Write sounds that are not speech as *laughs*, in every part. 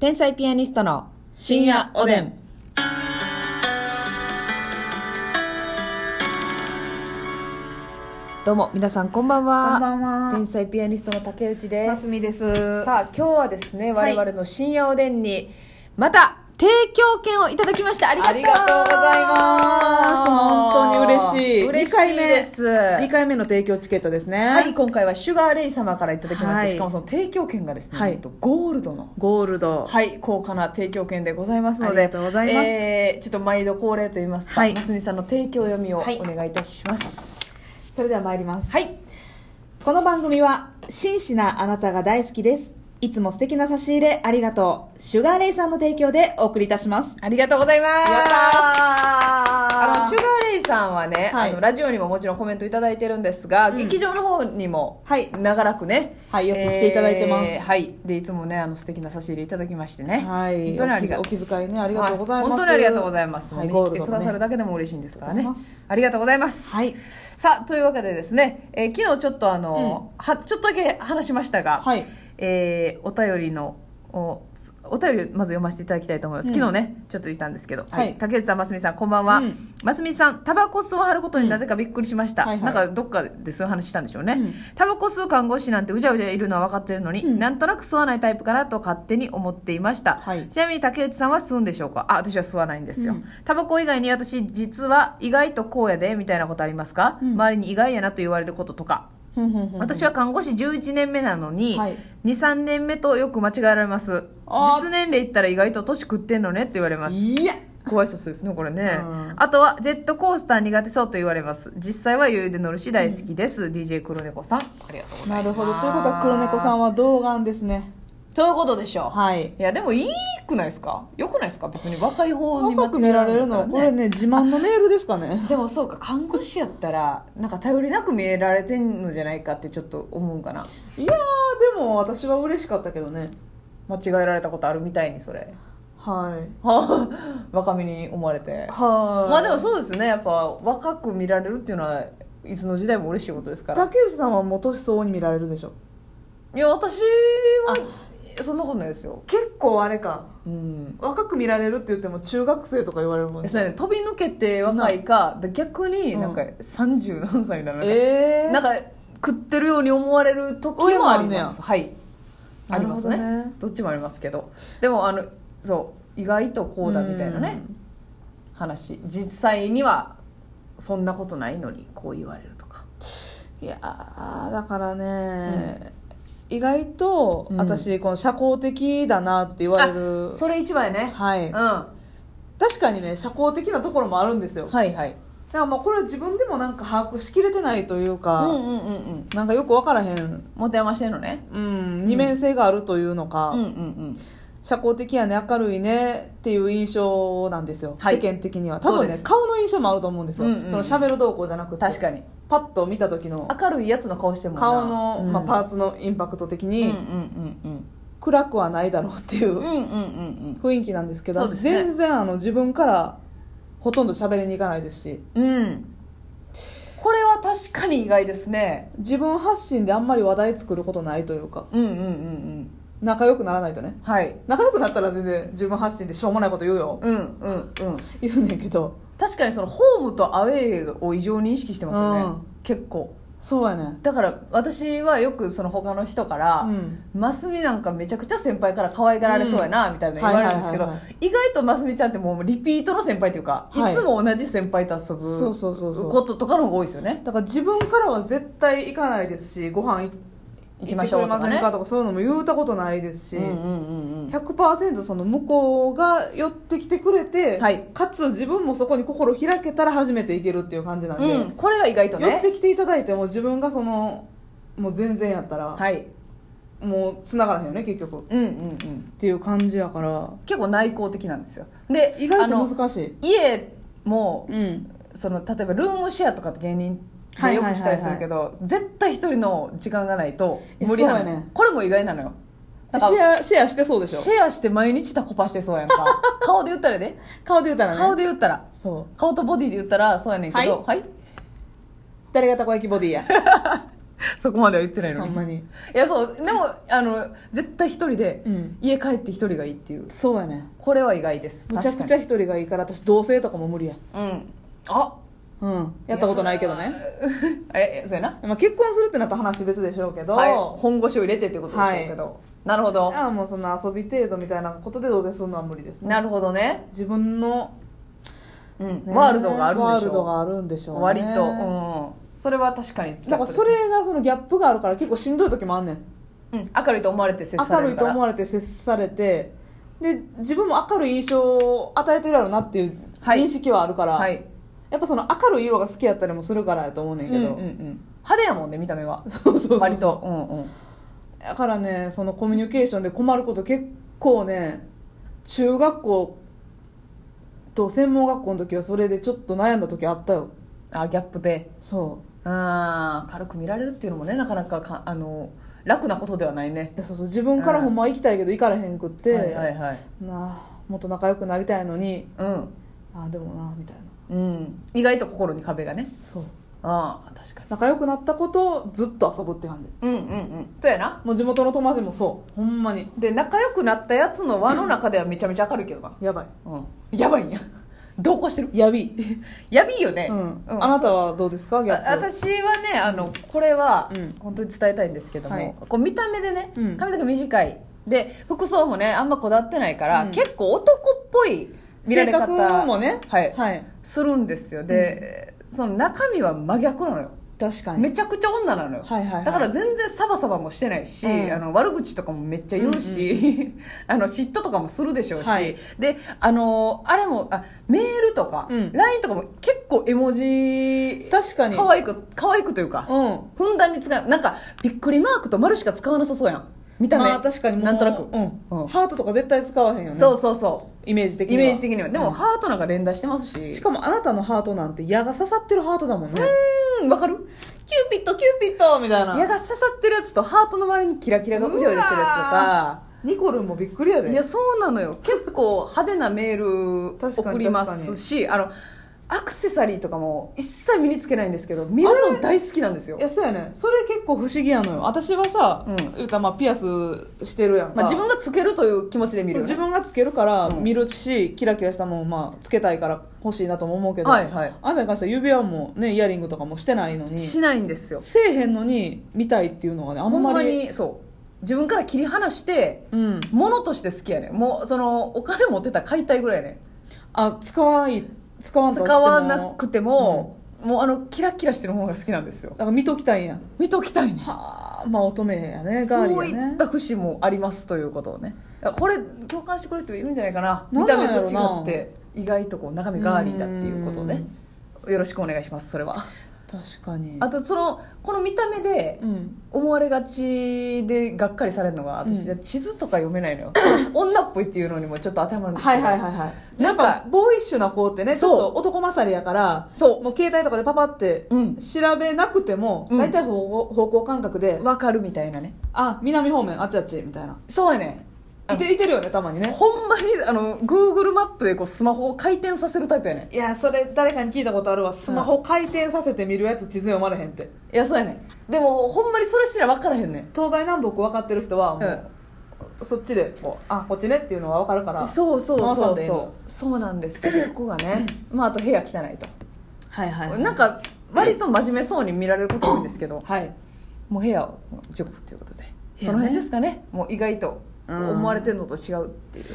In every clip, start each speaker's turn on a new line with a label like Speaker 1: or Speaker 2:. Speaker 1: 天才ピアニストの深夜おでん。どうも皆さんこんばんは。
Speaker 2: こんばんは
Speaker 1: 天才ピアニストの竹内です。
Speaker 2: ますみです。
Speaker 1: さあ今日はですね
Speaker 2: は
Speaker 1: 我
Speaker 2: い
Speaker 1: 々の深夜おでんにまた提供券をいただきましたありがとう
Speaker 2: ありがとうございます。本当に嬉しい。
Speaker 1: 嬉しいです
Speaker 2: 2回目の提供チケットですね。
Speaker 1: はい今回はシュガーレイ様からいただきまして、
Speaker 2: はい
Speaker 1: しかもその提供券がですね、
Speaker 2: はい
Speaker 1: なんとゴールドの
Speaker 2: ゴールド。
Speaker 1: はい、高価な提供券でございますので、
Speaker 2: ありがとうございます
Speaker 1: えーちょっと毎度恒例と言いますか、
Speaker 2: はい
Speaker 1: ますみさんの提供読みをお
Speaker 2: はい
Speaker 1: 願いいたします。
Speaker 2: それでは参ります。
Speaker 1: はい、
Speaker 2: この番組は、真摯なあなたが大好きです。いつも素敵な差し入れありがとう。シュガーレイさんの提供でお送りいたします。
Speaker 1: ありがとうございます。あの
Speaker 2: あ
Speaker 1: シュガーレイさんはね、
Speaker 2: はい
Speaker 1: あのラジオにももちろんコメントいただいてるんですが、劇場の方にも
Speaker 2: はい
Speaker 1: 長らくね、
Speaker 2: はいよく来ていただいてます
Speaker 1: えーはい、でいつもねあの素敵な差し入れいただきましてね、
Speaker 2: はい。
Speaker 1: 本当にありが
Speaker 2: お
Speaker 1: とう。
Speaker 2: 気遣いね、ありがとうございま
Speaker 1: は
Speaker 2: す。
Speaker 1: 本当にありがとうございます。
Speaker 2: はい、
Speaker 1: 見
Speaker 2: ゴ
Speaker 1: に来
Speaker 2: ール
Speaker 1: て
Speaker 2: ド
Speaker 1: く
Speaker 2: の
Speaker 1: ださる
Speaker 2: ね。
Speaker 1: だけでも嬉しいんですから
Speaker 2: あり
Speaker 1: ね
Speaker 2: がとうございます。
Speaker 1: ありがとうございます。
Speaker 2: はい
Speaker 1: さあというわけでですね、えー昨日ちょっとあの、はちょっとだけ話しましたが、
Speaker 2: はい
Speaker 1: えーお便りのおつお便りをまず読ませていただきたいと思います、
Speaker 2: うん
Speaker 1: 昨日ねちょっと言ったんですけど、
Speaker 2: はい
Speaker 1: 竹内さんますみさんこんばんは、
Speaker 2: うん
Speaker 1: ますみさんタバコ吸を貼ることになぜかびっくりしました、
Speaker 2: はいはい
Speaker 1: なんかどっかでそういう話したんでしょうね、
Speaker 2: うん
Speaker 1: タバコ吸う看護師なんてうじゃうじゃいるのは分かってるのに、
Speaker 2: うん
Speaker 1: なんとなく吸わないタイプかなと勝手に思っていました、
Speaker 2: はい
Speaker 1: ちなみに竹内さんは吸うんでしょうかあ私は吸わないんですよ、
Speaker 2: うん
Speaker 1: タバコ以外に私実は意外とこうやでみたいなことありますか、
Speaker 2: うん
Speaker 1: 周りに意外やなと言われることとか
Speaker 2: ふんふんふん
Speaker 1: 私は看護師11年目なのに、
Speaker 2: はい
Speaker 1: 23年目とよく間違えられます
Speaker 2: あー
Speaker 1: 実年齢いったら意外と年食ってんのねって言われます
Speaker 2: いや
Speaker 1: ご挨拶ですねこれね、
Speaker 2: うん
Speaker 1: あとはジェットコースター苦手そうと言われます実際は余裕で乗るし大好きです、DJ 黒猫さんありがとうございます
Speaker 2: なるほど。ということは黒猫さんは童顔ですね。
Speaker 1: ということでしょう、
Speaker 2: はい。
Speaker 1: いやでもいいくないですかよくないですか別に若い方に間違
Speaker 2: 若く見
Speaker 1: え
Speaker 2: ら
Speaker 1: られ
Speaker 2: れる
Speaker 1: る
Speaker 2: の
Speaker 1: の
Speaker 2: はこれね自慢のメールです *laughs* かね
Speaker 1: でもそうか看護師やったらなんか頼りなく見えられてんのじゃないかってちょっと思うんかない
Speaker 2: やーでも私は嬉しかったけどね
Speaker 1: 間違えられたことあるみたいにそれ
Speaker 2: はい
Speaker 1: はあ若めに思われて
Speaker 2: はい
Speaker 1: まあでもそうですねやっぱ若く見られるっていうのはいつの時代も嬉しいことですから
Speaker 2: 竹内さんはもう年相応に見られるでしょ
Speaker 1: いや私はそんなことないですよ
Speaker 2: 結構あれか
Speaker 1: うん
Speaker 2: 若く見られるって言っても中学生とか言われるもん
Speaker 1: そうやね飛び抜けて若いかで逆になんか
Speaker 2: う
Speaker 1: 30何歳みたいななんか
Speaker 2: ええー、
Speaker 1: なんか食ってるように思われる時
Speaker 2: 上
Speaker 1: も
Speaker 2: も
Speaker 1: あ
Speaker 2: あ
Speaker 1: り
Speaker 2: んねや
Speaker 1: ますはいあ
Speaker 2: な
Speaker 1: り
Speaker 2: る
Speaker 1: ま
Speaker 2: ほ
Speaker 1: す
Speaker 2: どね
Speaker 1: ねどっちもありますけどでもあのそう意外とこうだみたいなね話実際にはそんなことないのにこう言われるとか
Speaker 2: いやーだからね、意外と私この社交的だなって言われる、
Speaker 1: あそれ一番やね、
Speaker 2: はい、
Speaker 1: うん、は
Speaker 2: 確かにね社交的なところもあるんですよだか
Speaker 1: いはい
Speaker 2: らまあこれは自分でもなんか把握しきれてないという
Speaker 1: う
Speaker 2: か、
Speaker 1: んうんうんうん
Speaker 2: なんかよく分からへん
Speaker 1: 持て余してんのね
Speaker 2: うん、二面性があるというのか、
Speaker 1: うんうんうん
Speaker 2: 社交的やね明るいねっていう印象なんですよ、
Speaker 1: はい
Speaker 2: 世間的には多
Speaker 1: そう
Speaker 2: 分
Speaker 1: で
Speaker 2: ね
Speaker 1: す
Speaker 2: 顔の印象もあると思うんですよ、
Speaker 1: うんうんうん
Speaker 2: その喋る動向じゃなくて
Speaker 1: 確かに
Speaker 2: パッと見た時の
Speaker 1: 明るいやつの顔してもんな
Speaker 2: 顔の、
Speaker 1: うん
Speaker 2: まあ、パーツのインパクト的
Speaker 1: うん
Speaker 2: に、
Speaker 1: うんうんうん
Speaker 2: 暗くはないだろうっていう
Speaker 1: うん
Speaker 2: う
Speaker 1: うんうん
Speaker 2: 雰囲気なんですけど、
Speaker 1: そうですね
Speaker 2: 全然あの自分からほとんど喋りに行かないですし
Speaker 1: うんうんこれは確かに意外ですね
Speaker 2: 自分発信であんまり話題作ることないというか
Speaker 1: うんうんうんうん
Speaker 2: 仲良くならないとね
Speaker 1: はい
Speaker 2: 仲良くなったら全然自分発信でしょうもないこと言うよ
Speaker 1: うんうんうん
Speaker 2: 言うねんけど
Speaker 1: 確かにそのホームとアウェーを異常に意識してますよね、
Speaker 2: うん
Speaker 1: 結構
Speaker 2: そうやねん
Speaker 1: だから私はよくその他の人から、
Speaker 2: うん
Speaker 1: マスミなんかめちゃくちゃ先輩から可愛がられそうやなみたいな言われるんですけど
Speaker 2: はいはいはい
Speaker 1: 意外とマスミちゃんってもうリピートの先輩というか、、
Speaker 2: はいい
Speaker 1: つも同じ先輩と遊ぶ
Speaker 2: そうそうそうそう
Speaker 1: こととかの方が多いですよね
Speaker 2: だから自分からは絶対行かないですしご飯い
Speaker 1: 行きましょうと
Speaker 2: 行って
Speaker 1: か
Speaker 2: くれませ
Speaker 1: ね
Speaker 2: んかとかそういうのも言うたことないですし、
Speaker 1: うんうんうんうん
Speaker 2: 100%その向こうが寄ってきてくれて、
Speaker 1: はい
Speaker 2: かつ自分もそこに心開けたら初めて行けるっていう感じなんで、
Speaker 1: うんこれが意外と
Speaker 2: 寄っ
Speaker 1: ね
Speaker 2: てきていただいても自分がそのもう全然やったら、
Speaker 1: はい
Speaker 2: もう繋がらへんよね結局っ
Speaker 1: うんうんうん
Speaker 2: ていう感じやから
Speaker 1: 結構内向的なんですよで
Speaker 2: 意外
Speaker 1: あの
Speaker 2: と難しい
Speaker 1: 家も
Speaker 2: うん
Speaker 1: その例えばルームシェアとかって芸人でよくしたりするけど、絶対一人の時間がないと無理なの、
Speaker 2: いやそうやね
Speaker 1: これも意外なのよだか
Speaker 2: シ
Speaker 1: ら
Speaker 2: ェアシェアしてそうでし
Speaker 1: シ
Speaker 2: ょ
Speaker 1: ェアして毎日タコパしてそう
Speaker 2: *laughs*
Speaker 1: やんか顔で言ったらね
Speaker 2: 顔で言ったらね
Speaker 1: 顔で言ったら
Speaker 2: そう
Speaker 1: 顔とボディで言ったらそうやねんけどはい、
Speaker 2: *laughs* 誰がたこ焼きボディや
Speaker 1: そこまでは言ってないの
Speaker 2: ほ
Speaker 1: に
Speaker 2: んまに
Speaker 1: いやそうでもあの絶対一人で、
Speaker 2: うん
Speaker 1: 家帰って一人がいいっていう
Speaker 2: そうやね
Speaker 1: これは意外です
Speaker 2: むちゃく
Speaker 1: 確
Speaker 2: ちゃ
Speaker 1: か
Speaker 2: 一人がいいから私同棲とかも無理や
Speaker 1: にうんあ
Speaker 2: うんやったことないけどね
Speaker 1: *laughs* えそうやな
Speaker 2: まあ、結婚するってなったら話別でしょうけど、
Speaker 1: はい、本腰を入れてってことでしょうけど、なるほど
Speaker 2: ああもうその遊び程度みたいなことで同棲するのは無理ですね
Speaker 1: なるほどね、
Speaker 2: 自分の、
Speaker 1: うん
Speaker 2: ね
Speaker 1: ワールドがあるん
Speaker 2: ワ
Speaker 1: で
Speaker 2: ー
Speaker 1: し
Speaker 2: ルド
Speaker 1: ょ
Speaker 2: があるんでしょ
Speaker 1: う
Speaker 2: うね
Speaker 1: 割と、うん、それは確かにギャップですね
Speaker 2: だからそれがそのギャップがあるから結構しんどい時もあんねん
Speaker 1: うん、明るいと思われて接さ
Speaker 2: 明
Speaker 1: れ
Speaker 2: る
Speaker 1: る
Speaker 2: い
Speaker 1: か
Speaker 2: と
Speaker 1: ら
Speaker 2: 思われて接されてで自分も明るい印象を与えてるやろなっていう
Speaker 1: はい
Speaker 2: 認識はあるから、
Speaker 1: はい
Speaker 2: やっぱその明るい色が好きやったりもするからやと思うねん
Speaker 1: うんうん
Speaker 2: けど、
Speaker 1: うん派手やもんね見た目は
Speaker 2: そうそうそう
Speaker 1: 割とうんうん
Speaker 2: だからねそのコミュニケーションで困ること結構ね中学校と専門学校の時はそれでちょっと悩んだ時あったよ
Speaker 1: あギャップで
Speaker 2: そう
Speaker 1: あー軽く見られるっていうのもねなかなかかあの楽なことではないね
Speaker 2: いやそうそう自分からほんまは行きたいけど行かれへんくって、
Speaker 1: はいはいはい
Speaker 2: なあもっと仲良くなりたいのに
Speaker 1: うん
Speaker 2: あでもなみたいな
Speaker 1: うん意外と心に壁がね
Speaker 2: そう
Speaker 1: ああ確かに
Speaker 2: 仲良くなったことをずっと遊ぶって感じ
Speaker 1: うんうんうんそうやな
Speaker 2: もう地元の友達もそうほんまに
Speaker 1: で仲良くなったやつの輪の中ではめちゃめちゃ明るいけどな
Speaker 2: やばい
Speaker 1: うんやばいんや同行してる
Speaker 2: やび、
Speaker 1: やびいよね、
Speaker 2: うんあなたはどうですかギャップ
Speaker 1: あ私はねあのこれは
Speaker 2: うん
Speaker 1: 本当に伝えたいんですけども、
Speaker 2: はい
Speaker 1: こう見た目でね
Speaker 2: うん
Speaker 1: 髪の毛短いで服装もねあんまこだわってないから、
Speaker 2: うん
Speaker 1: 結構男っぽい見られ方
Speaker 2: 性格もね
Speaker 1: はい
Speaker 2: はい
Speaker 1: するんですよで、その中身は真逆なのよ
Speaker 2: 確かに
Speaker 1: めちゃくちゃ女なのよ、
Speaker 2: はいはいはい
Speaker 1: だから全然サバサバもしてないし、
Speaker 2: うん
Speaker 1: あの悪口とかもめっちゃ言うし、 *laughs* あの嫉妬とかもするでしょうし、
Speaker 2: はい
Speaker 1: であのあれもあメールとか、
Speaker 2: うん
Speaker 1: LINE とかも結構絵文字
Speaker 2: 確かに
Speaker 1: 可愛く可愛くというか、
Speaker 2: うん
Speaker 1: ふんだんに使うなんかびっくりマークと丸しか使わなさそうやん見た目、
Speaker 2: まあ確かにもう
Speaker 1: なんとなく、
Speaker 2: うん
Speaker 1: うん
Speaker 2: ハートとか絶対使わへんよね
Speaker 1: そうそうそ
Speaker 2: イメージ的
Speaker 1: うイ
Speaker 2: には
Speaker 1: メージ的にはでも、
Speaker 2: うん
Speaker 1: ハートなんか連打してますし
Speaker 2: しかもあなたのハートなんて矢が刺さってるハートだもんね
Speaker 1: うんわかる
Speaker 2: キューピッドキューピッドみたい
Speaker 1: 矢
Speaker 2: な
Speaker 1: が刺さってるやつとハートの周りにキラキラがうじょうじょしてるやつとか
Speaker 2: ニコルンもびっくりやで
Speaker 1: いやそうなのよ結構派手なメール
Speaker 2: 確かに
Speaker 1: 送りますしあのアクセサリーとかも一切身につけないんですけど見るの大好きなんですよ
Speaker 2: い、やそうやねそれ結構不思議やのよ私はさ、
Speaker 1: うん
Speaker 2: 言うたらまあピアスしてるやんか、
Speaker 1: まあ、自分がつけるという気持ちで見るよね
Speaker 2: 自分がつけるから
Speaker 1: うん
Speaker 2: 見るし、キラキラしたもん、まあ、つけたいから欲しいなとも思うけど、
Speaker 1: はいはい
Speaker 2: あなたに関しては指輪も、ね、イヤリングとかもしてないのに
Speaker 1: しないんですよ
Speaker 2: せえへんのに見たいっていうのがねあん
Speaker 1: ほん
Speaker 2: ま
Speaker 1: ま
Speaker 2: り
Speaker 1: にそう自分から切り離して
Speaker 2: うん、
Speaker 1: 物として好きやねんもうそのお金持ってたら買いたいぐらいやね
Speaker 2: あ使わない使わ
Speaker 1: ん
Speaker 2: ん
Speaker 1: 使
Speaker 2: とは
Speaker 1: わ
Speaker 2: しても
Speaker 1: なくても、もうあのキラキラしてる方が好きなんですよ
Speaker 2: だから見ときたいんや
Speaker 1: 見ときたいねん
Speaker 2: はあまあ乙女やねガーリ
Speaker 1: そう
Speaker 2: ー
Speaker 1: い
Speaker 2: やね
Speaker 1: った節もありますということをねこれ共感してくれる人いるんじゃないかな
Speaker 2: なん
Speaker 1: 見
Speaker 2: なん
Speaker 1: た
Speaker 2: や
Speaker 1: 目
Speaker 2: ろ
Speaker 1: と
Speaker 2: な
Speaker 1: 違って意外とこう中身ガーリーだっていうことをねよろしくお願いしますそれは
Speaker 2: 確かに
Speaker 1: あとそのこの見た目で
Speaker 2: うん
Speaker 1: 思われがちでがっかりされるのが私、
Speaker 2: うん
Speaker 1: 地図とか読め
Speaker 2: *coughs*
Speaker 1: ないのよ女っぽいっていうのにもちょっと当てはまるんです
Speaker 2: は
Speaker 1: け
Speaker 2: い
Speaker 1: ど、
Speaker 2: はいはいはい
Speaker 1: なんか
Speaker 2: ボーイッシュな子ってねち
Speaker 1: そ
Speaker 2: ょ
Speaker 1: う
Speaker 2: っと男勝りやから
Speaker 1: そう
Speaker 2: もう携帯とかでパパって
Speaker 1: うん
Speaker 2: 調べなくても、
Speaker 1: うん
Speaker 2: 大体方向方向感覚で、
Speaker 1: わかるみたいなね
Speaker 2: あ南方面あっちあっちみたいな
Speaker 1: そうやねあ
Speaker 2: いていてるよねたまにね
Speaker 1: ほんまにあの Google マップでこうスマホを回転させるタイプやね
Speaker 2: いやそれ誰かに聞いたことあるわスマホ回転させて見るやつ地図読まれへんって
Speaker 1: いやそうやねでもほんまにそれすら分からへんねん
Speaker 2: 東西南北分かってる人はもう、そっちでこうあこっちねっていうのは分かるから
Speaker 1: そうそう
Speaker 2: 回さ
Speaker 1: そ
Speaker 2: ん
Speaker 1: う
Speaker 2: でいい
Speaker 1: そ
Speaker 2: の
Speaker 1: うそうなん
Speaker 2: *laughs*
Speaker 1: ですよそこがねまああと部屋汚いと
Speaker 2: はいは
Speaker 1: なんか割と真面目そうに見られること多いんですけど
Speaker 2: はい
Speaker 1: もう部屋を除くということで
Speaker 2: 部
Speaker 1: そ
Speaker 2: 屋ね
Speaker 1: の辺ですかねもう意外と
Speaker 2: うん
Speaker 1: 思われてるのと違うっていうことに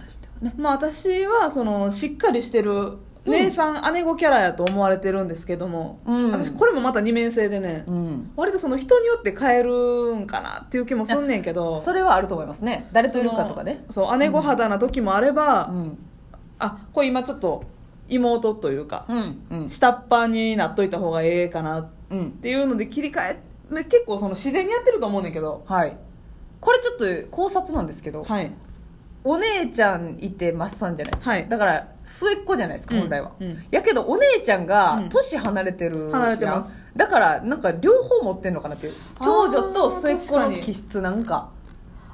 Speaker 1: 関してはね
Speaker 2: まあ私はそのしっかりしてる姉さん、姉子キャラやと思われてるんですけども、
Speaker 1: うん
Speaker 2: 私これもまた二面性でね、
Speaker 1: うん
Speaker 2: 割とその人によって変えるんかなっていう気もすんねんけど
Speaker 1: それはあると思いますね誰といるかとかね
Speaker 2: そのそう姉子肌な時もあれば、
Speaker 1: うん
Speaker 2: あこれ今ちょっと妹というか、
Speaker 1: うんうん
Speaker 2: 下っ端になっといた方がええかなっ
Speaker 1: うん
Speaker 2: ていうので切り替えね結構その自然にやってると思うねんけど
Speaker 1: はいこれちょっと考察なんですけど
Speaker 2: はい
Speaker 1: お姉ちゃんいてマッサンじゃないですか、
Speaker 2: はい
Speaker 1: だから末っ子じゃないですか
Speaker 2: うん
Speaker 1: 本来は、
Speaker 2: うん
Speaker 1: やけどお姉ちゃんが
Speaker 2: うん
Speaker 1: 年離れてるやん、
Speaker 2: 離れてます
Speaker 1: だからなんか両方持ってんのかなっていう
Speaker 2: あー
Speaker 1: 長女と末っ子
Speaker 2: 確
Speaker 1: の
Speaker 2: かに
Speaker 1: 気質なんか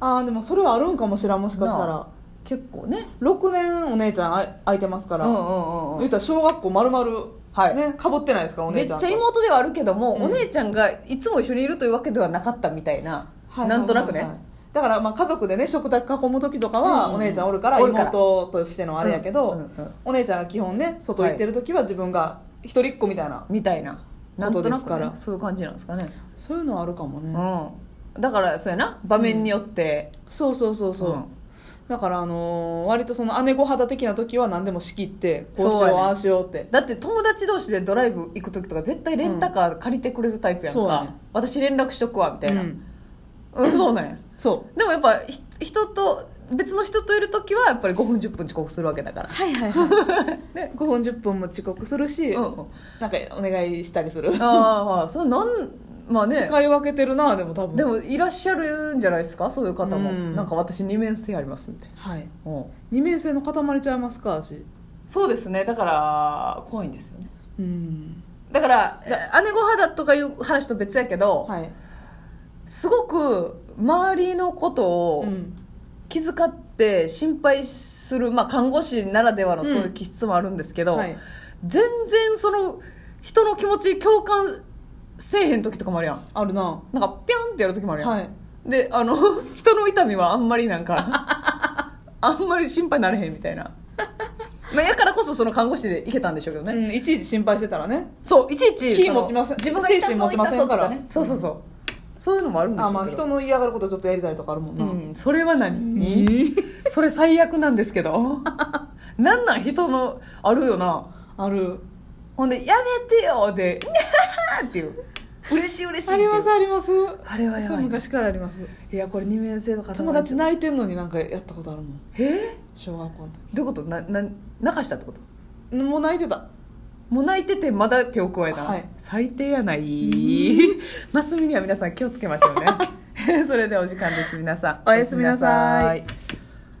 Speaker 2: ああでもそれはあるんかもしらんもしかした
Speaker 1: な
Speaker 2: ら
Speaker 1: あ結構ね
Speaker 2: 6年お姉ちゃんあ空いてますか
Speaker 1: うん
Speaker 2: ら、
Speaker 1: うんうんう
Speaker 2: 言
Speaker 1: ん
Speaker 2: ったら小学校丸々、
Speaker 1: はい
Speaker 2: ね、かぶってないですからお
Speaker 1: め
Speaker 2: 姉
Speaker 1: っ
Speaker 2: ち
Speaker 1: ち
Speaker 2: ゃん
Speaker 1: ゃ
Speaker 2: と
Speaker 1: 妹ではあるけども、
Speaker 2: うん
Speaker 1: お姉ちゃんがいつも一緒にいるというわけではなかったみたいな、
Speaker 2: はいはいはいはい
Speaker 1: なんとなくね、
Speaker 2: だからまあ家族でね食卓囲む時とか
Speaker 1: うんうん
Speaker 2: はお姉ちゃんおるから
Speaker 1: おるから
Speaker 2: 妹としてのあれやけど、
Speaker 1: うんうんうん
Speaker 2: お姉ちゃんが基本ね外行ってる時は自分が一人っ子みたいな、
Speaker 1: みたいななんとなく、ね、
Speaker 2: ことですから
Speaker 1: そういう感じなんですかね、
Speaker 2: そういうのはあるかもね、
Speaker 1: うんだからそうやな場面によって、
Speaker 2: そうそうそうそう、
Speaker 1: うん
Speaker 2: だからあのー割とその姉御肌的な時は何でも仕切ってこうし
Speaker 1: そう
Speaker 2: よう
Speaker 1: やね
Speaker 2: ああしようって
Speaker 1: だって友達同士でドライブ行く時とか絶対レンタカー借りてくれるタイプやん
Speaker 2: そう
Speaker 1: か、
Speaker 2: やね
Speaker 1: 私連絡しとくわみたいな、
Speaker 2: う
Speaker 1: うんん、そうなんや
Speaker 2: そ
Speaker 1: でもやっぱひ人と別の人といる時はやっぱり5分10分遅刻するわけだから
Speaker 2: うはいはいはい、 *laughs* ね、5分10分も遅刻するし、
Speaker 1: うんうん
Speaker 2: なんかお願いしたりする、
Speaker 1: ああそれなんまあね
Speaker 2: 使い分けてるなでも多分
Speaker 1: でもいらっしゃるんじゃないですかそういう方も、
Speaker 2: うん
Speaker 1: なんか私二面性ありますみたいな、
Speaker 2: はい
Speaker 1: うん
Speaker 2: 二面性の塊ちゃいますか私
Speaker 1: そうですねだから怖いんですよね
Speaker 2: うん
Speaker 1: だからえ姉御肌とかいう話と別やけど、
Speaker 2: はい、
Speaker 1: すごく周りのことを
Speaker 2: うん、
Speaker 1: 気遣って心配する、まあ、看護師ならではのそういう気質もあるんですけど、
Speaker 2: はい
Speaker 1: 全然その人の気持ち共感せえへん時とかもあるやん
Speaker 2: あるな
Speaker 1: なんかピャンってやる時もあるやん、
Speaker 2: はい
Speaker 1: であの *laughs* 人の痛みはあんまりなんか
Speaker 2: *laughs*
Speaker 1: あんまり心配なれへんみたいな、まあ、やからこそその看護師で行けたんでしょうけどね、
Speaker 2: うん、いちいち心配してたらね
Speaker 1: そういちいち
Speaker 2: 気
Speaker 1: その
Speaker 2: 持ちません
Speaker 1: 自分が痛そう
Speaker 2: 精神持ちませんから
Speaker 1: 痛そうとねそうそうそうそういうのもあるんでしょ
Speaker 2: あ
Speaker 1: うけど
Speaker 2: まあ人の嫌がることちょっとやりたいとかあるもんな、
Speaker 1: うん、それは何、
Speaker 2: え
Speaker 1: それ最悪なんですけどなんなん人のあるよな
Speaker 2: *laughs* ある
Speaker 1: ほんで「やめてよ」で「にゃはは」っていう嬉しい嬉しい
Speaker 2: あ
Speaker 1: ってい
Speaker 2: り
Speaker 1: う
Speaker 2: ますあります
Speaker 1: あれはや
Speaker 2: そ
Speaker 1: ば
Speaker 2: う
Speaker 1: いんで
Speaker 2: 昔
Speaker 1: す
Speaker 2: からあります
Speaker 1: いやこれ二面性とか
Speaker 2: 友達泣いてんのになんかやったことあるもん
Speaker 1: え
Speaker 2: 小学校の時
Speaker 1: どういうことなな泣かしたってこと
Speaker 2: もう泣いてた
Speaker 1: もう泣いててまだ手を加えた、
Speaker 2: はい
Speaker 1: 最低やない *laughs* マスミには皆さん気をつけましょうね *laughs* それではお時間です皆さん
Speaker 2: おやすみなさい
Speaker 1: おやすみなさい